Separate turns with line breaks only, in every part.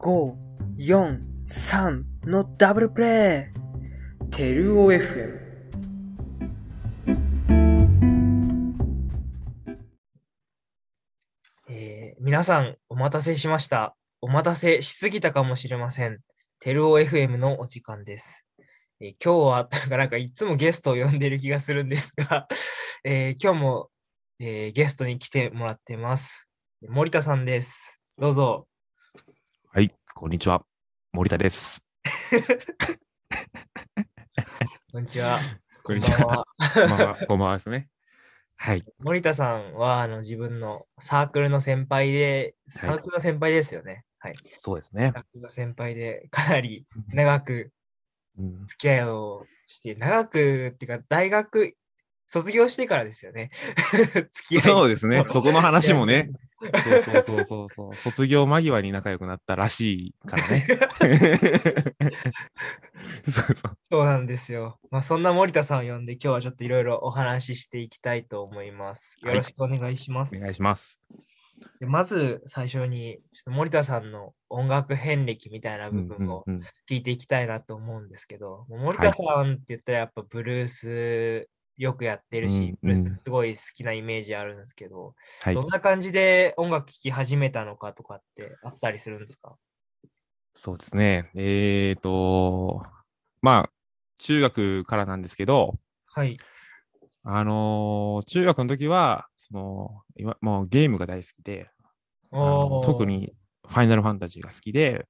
5、4、3のダブルプレイテルオ FM。
えー皆さん、お待たせしました。お待たせしすぎたかもしれません。テルオ FM のお時間です。えー今日は、なんか、なんかいつもゲストを呼んでいる気がするんですが、 えー今日も、えーゲストに来てもらってます。森田さんです。どうぞ。
はい、こんにちは。森田です。
こんにちは。
こん
こんばん。は
こんばんは。 こんばんはですね。はい。
森田さんはあの自分のサークルの先輩で、
はい
サークルの先輩ですよね。はい。
そうですね
サ。ークルの先輩で、かな り長く
うん、
付き合いをして、長くっていうか、大学卒業してからですよね。 付き合い。
そう
う
ですね。そこの話もね。そうそうそうそうそう。卒業間際に仲良くなったらしいから ね。そうそう。
そうなんですよ。まあ、そんな森田さんを呼んで、今日はちょっといろいろお話ししていきたいと思います。よろしくお願いします。
お願いします。
でまず最初に、ちょっと森田さんの音楽遍歴みたいな
う
部
んう
分
ん
を
うん、
聞いていきたいなと思うんですけど、もう森
はい
田さんって言ったらやっぱブルースよくやってるし、
うんうん
ブルースすごい好きなイメージあるんですけど、
はい
ど。んな感じで音楽聴き始めたのかとかってあったりするんですか
そうですね。えーと、まあ、中学からなんですけど、
はい。
あのー中学の時は、その、いわもうゲームが大好きで、あの
おー
特。にファイナルファンタジーが好きで、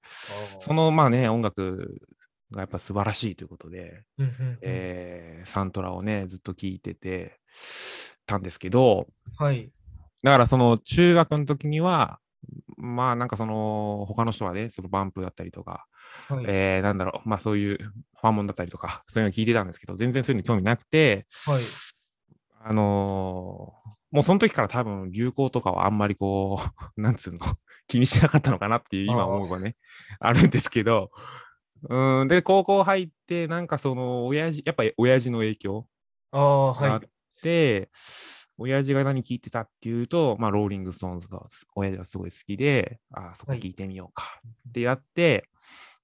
そのまあね、音楽がやっぱ素晴らしいということで、
うんうんうん
えーサントラをね、ずっと聴いててたんですけど、
はい。
だからその中学の時には、まあなんかその他の人はね、そのバンプだったりとか、
はい。
えーなんだろう、まあそういうファンモンだったりとか、そういうの聞いてたんですけど、全然そういうの興味なくて、
はい
あのーもうその時から多分流行とかはあんまりこう、 なんつうの、気にしなかったのかなっていう今
あー
思うばね、あるんですけど、うん、で、高校入って、なんかその、親父、やっぱり親父の影響
ああ、は
があ
い
っ。て、親父が何聞いてたっていうと、まあ、ローリング・ストーンズがす、親父がすごい好きで、あーそこ
はい
聞いてみようかってやって、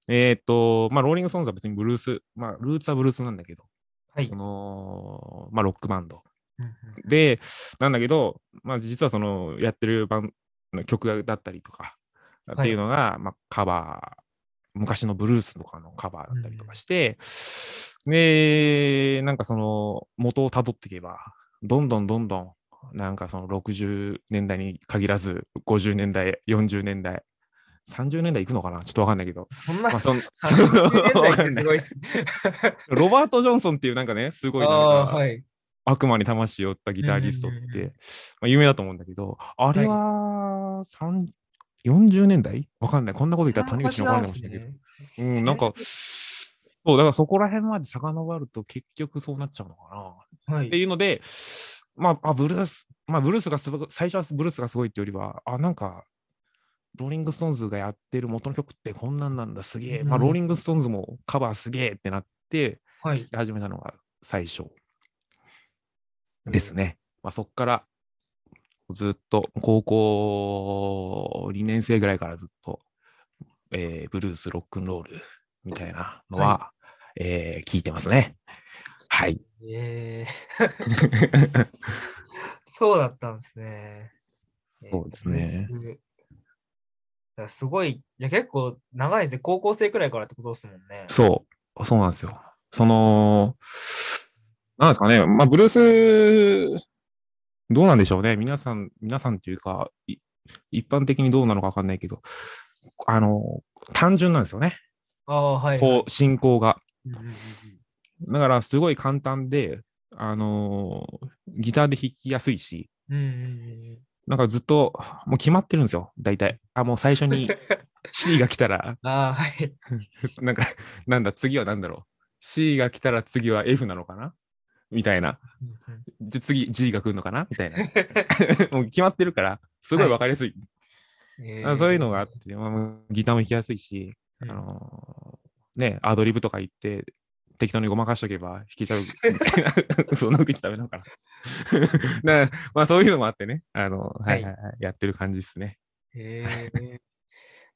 えーっと、まあ、ローリング・ストーンズは別にブルース、まあ、ルーツはブルースなんだけど、
はい
そ。の、まあ、ロックバンド
うんうん
で、なんだけど、まあ、実はそのやってるバンの曲だったりとか
い
っていうのが、まあ、カバー、昔のブルースとかのカバーだったりとかして、で、なんかその元をたどっていけば、どんどんどんどん、なんかその60年代に限らず、50年代、40年代、30年代いくのかなちょっとわかんない けど。
そんな
まあ、そんわ
30
か
年代っ
ん
てす
ない
ごいっす。
ロバート・ジョンソンっていうなんかね、すごい
あ
なんか
あ、はい。
悪魔に魂を負ったギタリストっ
うんうんうんう
て、まあ、有名だと思うんだけど、あれは、三40年代わかんない。こんなこと言ったら谷口に怒られるかもしれないけど。うん、なんか、そう、だからそこら辺まで遡ると結局そうなっちゃうのかな。
は
って
い。
いうので、まあ、あブルース、まあ、ブルースがすごく、最初はブルースがすごいっていうよりは、あ、なんか、ローリング・ストーンズがやってる元の曲ってこんなんなんだ、すげえ。まあ、
うん
ローリング・ストーンズもカバーすげえってなって、
はい。
始めたのが最初ですね。まあ、そこからずっと高校2年生ぐらいからずっと、えーブルース、ロックンロールみたいなのは、えー聞いてますね。 はい。
えーそうだったんですね。
そうですね
えー。だからすごい、じゃあ結構長いですね。高校生くらいからってことですもんね。
そう、そうなんですよ。その、なんですかね、まあ、ブルース、どうなんでしょうね。皆さん、皆さんっていうか、い一般的にどうなのかわかんないけど、あの、単純なんですよね。
ああ、はい、はい
こう、進行が。
うんうんうんうん。
だから、すごい簡単で、あのーギターで弾きやすいし、
うんうん
なんかずっと、もう決まってるんですよ、大体。あ、もう最初 に C が来たら、
うん。ああ、はい。
なんか、 なんだ、次は何だろう。C が来たら次は F なのかなみたいな。
うんうん
で、次 G が来るのかなみた いな。もう決まってるから、すごいわかりやすい。
え
あ
ー
そういうのがあって、まあまあ、ギターも弾きやすいし、
うん
あのーね、アドリブとか言って、適当にごまかしとけば弾けちゃうみたいな、 そんなこと言っちゃダメなのかな。 だからまあそういうのもあってね、あの、はいはいはい、やってる感じですね。
へえ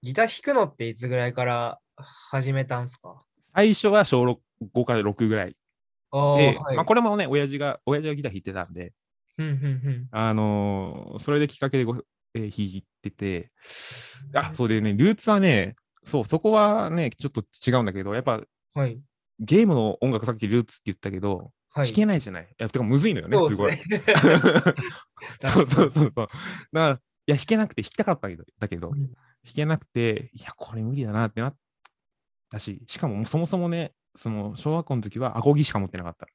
ギター弾くのっていつぐらいから始めたんすか
最初は小6 5から6ぐらい
ああ、
で、
はい。
まあ、これもね、親父が、親父がギター弾いてたんで、
うんうんうん。
あのーそれできっかけでご、えー弾いてて、あ、それでね、ルーツはね、そう、そこはね、ちょっと違うんだけど、やっぱ
はい。
ゲームの音楽さっきルーツって言ったけど、
はい。
弾けないじゃない。いや、てかむずいのよね、
そうです
すごい。
ね
そうそうそうそう。だから、いや、弾けなくて弾きたかったけど、だけど、
うん
弾けなくて、いや、これ無理だなってなったし、しかももうそもそもね、その小学校の時はアコギしか持ってなかった。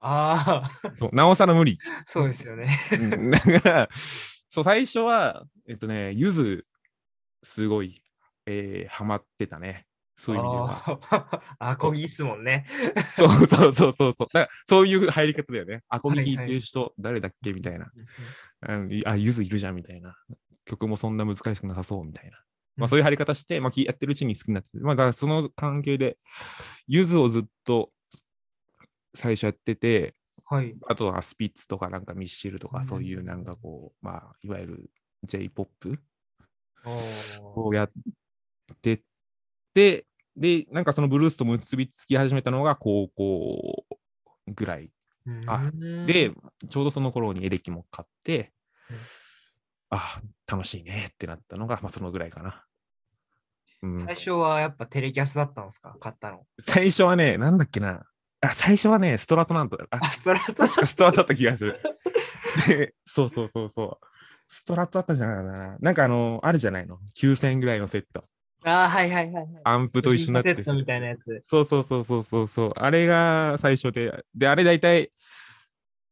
あ
そう、なおさら無理。
あ、そうですよね。
うんだから、そう、最初は、えっとね、ゆず、すごい、えー、ハマってたね。そういう意味では。
あーアコギですもんね。
そうそうそうそうそう。だから、そういう入り方だよね。アコギ弾い
はいは
てる
い
人、誰だっけみたいな。あのいあ、ゆずいるじゃんみたいな。曲もそんな難しくなさそうみたいな。まあ、そういう入り方して、まあ、きやってるうちに好きになって、まあ、だからその関係で、ゆずをずっと最初やってて、
はい。
あとはスピッツとかなんかミッシェルと
う
か
ん
そういうなんかこう、まあいわゆる J-POP
おー
をやってて、で、なんかそのブルースと結びつき始めたのが高校ぐらい。あ
うん
で、ちょうどその頃にエレキも買って
うん、
あ楽しいねってなったのが、まあそのぐらいかな。うん
最初はやっぱテレキャスだったんですか買ったの。
最初はね、なんだっけな。あ、最初はね、ストラトなんだ。あ
あ、それは
確かストラトだった気がする。でそうそうそうそう。ストラトだったんじゃないかな。なんかあの、あるじゃないの。9000ぐらいのセット。
あー、はいはいはいはい。
アンプと一緒になっ
シ
て
ンセッ。トみたいなやつ。
そうそうそうそうそうそう。あれが最初で。で、あれ大体、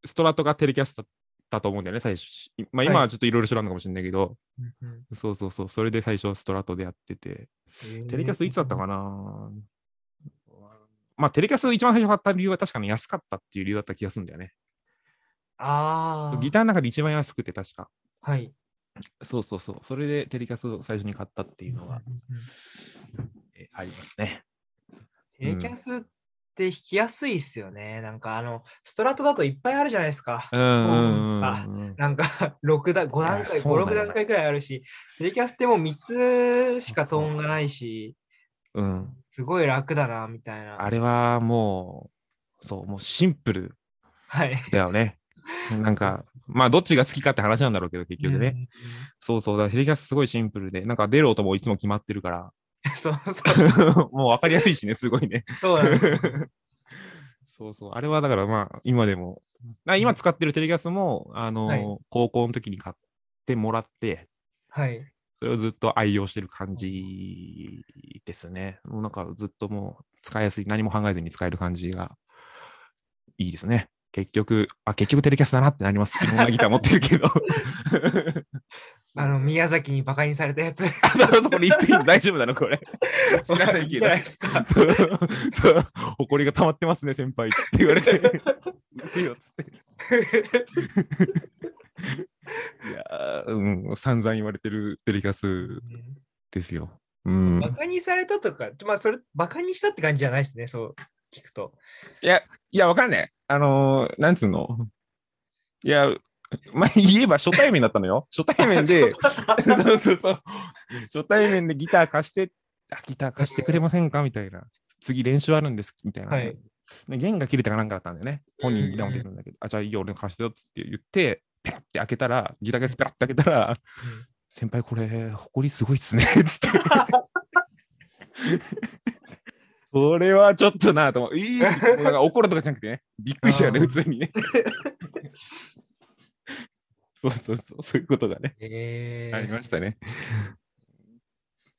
ストラトがテレキャストだったと思うんだよね、最初。まあ今はちょっといろいろ知らんのかもしれないけど、
うんうん
そうそうそう。それで最初ストラトでやってて。テレキャスいつだったかなまあテレキャス一番最初買った理由は確かに安かったっていう理由だった気がするんだよね。
ああ。
ギターの中で一番安くて確か。
はい。
そうそうそう。それでテレキャスを最初に買ったっていうのが、
うんうん
えありますね。
テレキャスって弾きやすいっすよね。なんかあの、ストラトだといっぱいあるじゃないですか。
うんうんうん
あ
うん。
なんか6だ、5
いや
段階、
そう
5、
だ
6
よ
段階くらいあるし、テレキャスってもう3つしかトーンがないし、
うん、
すごい楽だな、みたいな。
あれはもう、そう、もうシンプル
はい。
だよね。なんか、まあどっちが好きかって話なんだろうけど、結局ね。
うんうん
そうそう。だからテレキャスすごいシンプルで、なんか出る音もいつも決まってるから、
うん そうそう、
もう分かりやすいしね、すごいね。
そうなんです。
そうそう。あれはだからまあ、今でも。な今使ってるテレキャスも、あのー
はい
高校の時に買ってもらって、
はい。
それをずっと愛用してる感じですね。もうなんかずっともう使いやすい、何も考えずに使える感じがいいですね。結局、あ、結局テレキャスだなってなります。いろんなギター持ってるけど。
あの、宮崎にバカにされたやつ。
あ、そうそう、これ言っていいの大丈夫なのこれ。知らない
いい
け
じ
ど
ゃないですか。
そうそう埃が溜まってますね、先輩って言われ て。いいよっつって。いやー、うん、散々言われてるテレキャスですよ。うん。
バカにされたとか、まあ、それ、バカにしたって感じじゃないですね、そう聞くと。
いや、いや、わかんない。あのーなんつうの。いや、まあ、言えば初対面だったの よ。初対面で、そうそうそう。初対面でギター貸して、あギター貸してくれませんかみたいな。次練習あるんです、みたいな。
はい
で弦が切れたかなんかだったんだよね。本人ギター持ってたんだけど、あ、じゃあいいよ、俺の貸してよっつって言って、ペラッて開けたら、ギターケースペラッて開けたら、先輩これ、ほこりすごいっすね、 つって。それはちょっとなと思う。いい、もうなんか怒るとかじゃなくてね、びっくりしたよね、
あ
普
ー
通にね。そうそうそう、そういうことがね、
え
あり
ー、
ましたね。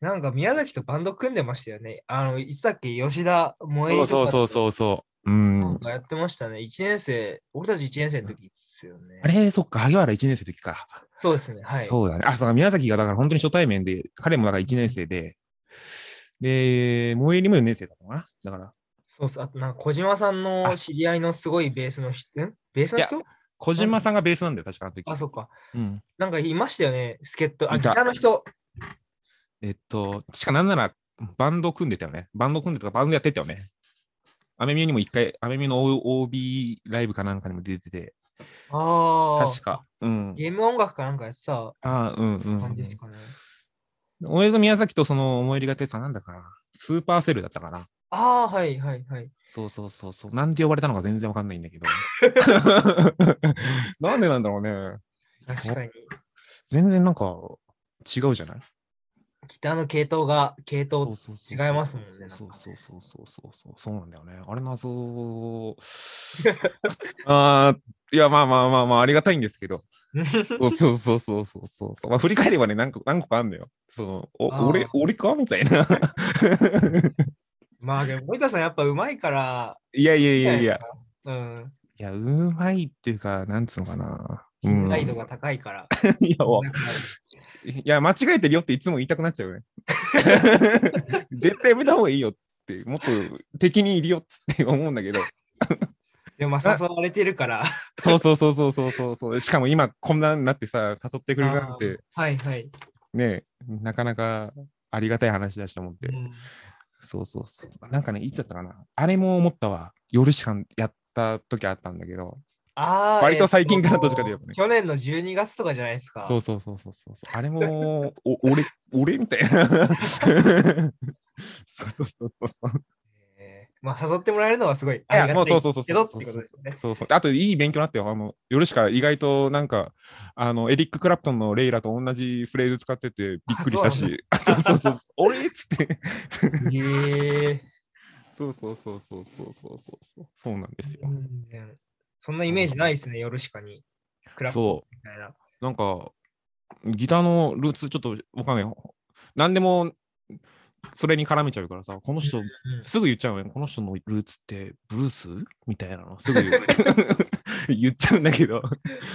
なんか宮崎とバンド組んでましたよね。あの、いつだっけ、吉田萌え
そうそうそうそうそう。うん。
なんかやってましたね。一年生、俺たち1年生の時ですよね。
あれ、そっか、萩原1年生の時か。
そうですね。はい。
そうだね。あ、そうだ宮崎がだから本当に初対面で、彼もだから1年生で、で、萌えりも4年生だったかな。だから、
そうっす。あと、なんか小島さんの
あ
知り合いのすごいベースの人、んベースの人
小島さんがベースなんだよ、確かあの時。
あ、そっか。
うん。
なんかいましたよね、助っ人。あ、
い
ギ
た
ターの人。
えっと、しかなんなら、バンド組んでたよね。バンド組んでたか、バンドやってたよね。アメミュにも一回、アメミュの O- OB ライブかなんかにも出てて、
ああ。
確か。うん。
ゲーム音楽かなんかやってた
ああ、うんうんう
感じです
ん。
かね。
俺と宮崎とその思い入れが出たなんだかな。スーパーセルだったかな。
ああ、はいはいはい。
そうそうそうそう。なんて呼ばれたのか全然わかんないんだけ ど。なんでなんだろうね。
確かに。
全然なんか違うじゃない
ギターの系統が、系統、
そうそ
違いますもんねなんか
そうそうそうそうそうそうそうなんだよね。あれ謎。 あーいやまあまあまあまあありがたいんですけど。そうそうそうそうそうそうそう。まあ振り返ればね何個何個かあんのよ。そのお
あー
俺俺かみたいな。
まあでも、森田さんやっぱうまいから、
いやいやい
い
やいや。。
うん。
いやうまいっていうかなんつうのかな。うん、
難易度が高いから。
いやわ
なんか
いや間違えてるよっていつも言いたくなっちゃうよね。 絶対やめた方がいいよってもっと敵にいるよっつって思うんだけど。
でも、まあ誘われてるから。
そうそうそうそうそうそうそう。しかも今こんなになってさ、誘ってくれるなんて、
はいはい。
ね、なかなかありがたい話だしと思って。
うん
そうそうそう。なんかね、いつだったかな。あれも思ったわ。夜しかやった時あったんだけど。
ああ。
割と最近から
えっと
どっちかといえばね
去年の12月とかじゃないですか。
そうそうそうそうそう。あれも、お俺、俺みたいな。そうそうそうそうそう。
えーまあ、誘ってもらえるのはすごい
い
あ
や
り
も
がた
うそう
い
そうそう
け
そ
ど
う
ってことですよね。
そうそう。あと、いい勉強になったよ。あの、夜しか意外と、なんか、あの、エリック・クラプトンのレイラと同じフレーズ使ってて、びっくりしたし、そう そうそうそう、俺っつって。
ええ
そうそうそうそうそうそうそうそう。そうなんですよ。
全然そんなイメージないですね、夜しかに。クラブ
そ
みたいな。
う。なんか、ギターのルーツ、ちょっとわかんない。なんでも、それに絡めちゃうからさ、この人、すぐ言っちゃうよね。この人のルーツって、ブルースみたいなの、すぐ言う 言っちゃうんだけど。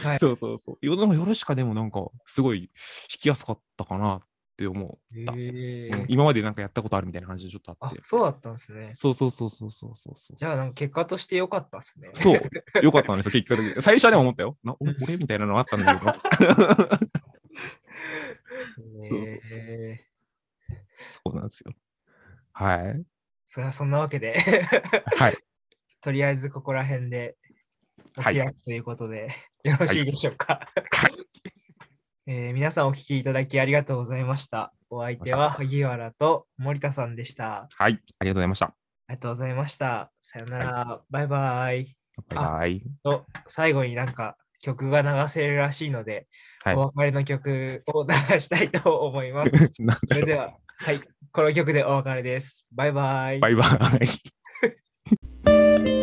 はい
そうそうそう。世の夜しかでもなんか、すごい弾きやすかったかなって思った
うんえ
う。うん
ー
今までなんかやったことあるみたいな感じでちょっと
あ
あって、。
そうだったんですね。
そうそうそうそうそうそうそう。
じゃあ、なんか結果として良かったですね。
そう。よかったんですよ、結果的に。最初はでも思ったよ。な俺俺みたいなのあったんだけど。そうそうそう
えー
そうなんですよ。はい。
それはそんなわけで、
はい。
とりあえずここら辺で、お
はい
開きということで、よろしいでしょうか。 えー皆さんお聞きいただきありがとうございました。お相手は萩原と森田さんでした。
はい。ありがとうございました。
ありがとうございました。さよなら。バイバイ。
バイバイ。
と、最後になんか曲が流せるらしいので、
はい
お別れの曲を流したいと思います。
なん
そ
だ
れで
ろ
は、はい、この曲でお別れです。バイバイ。
う。バイバイ。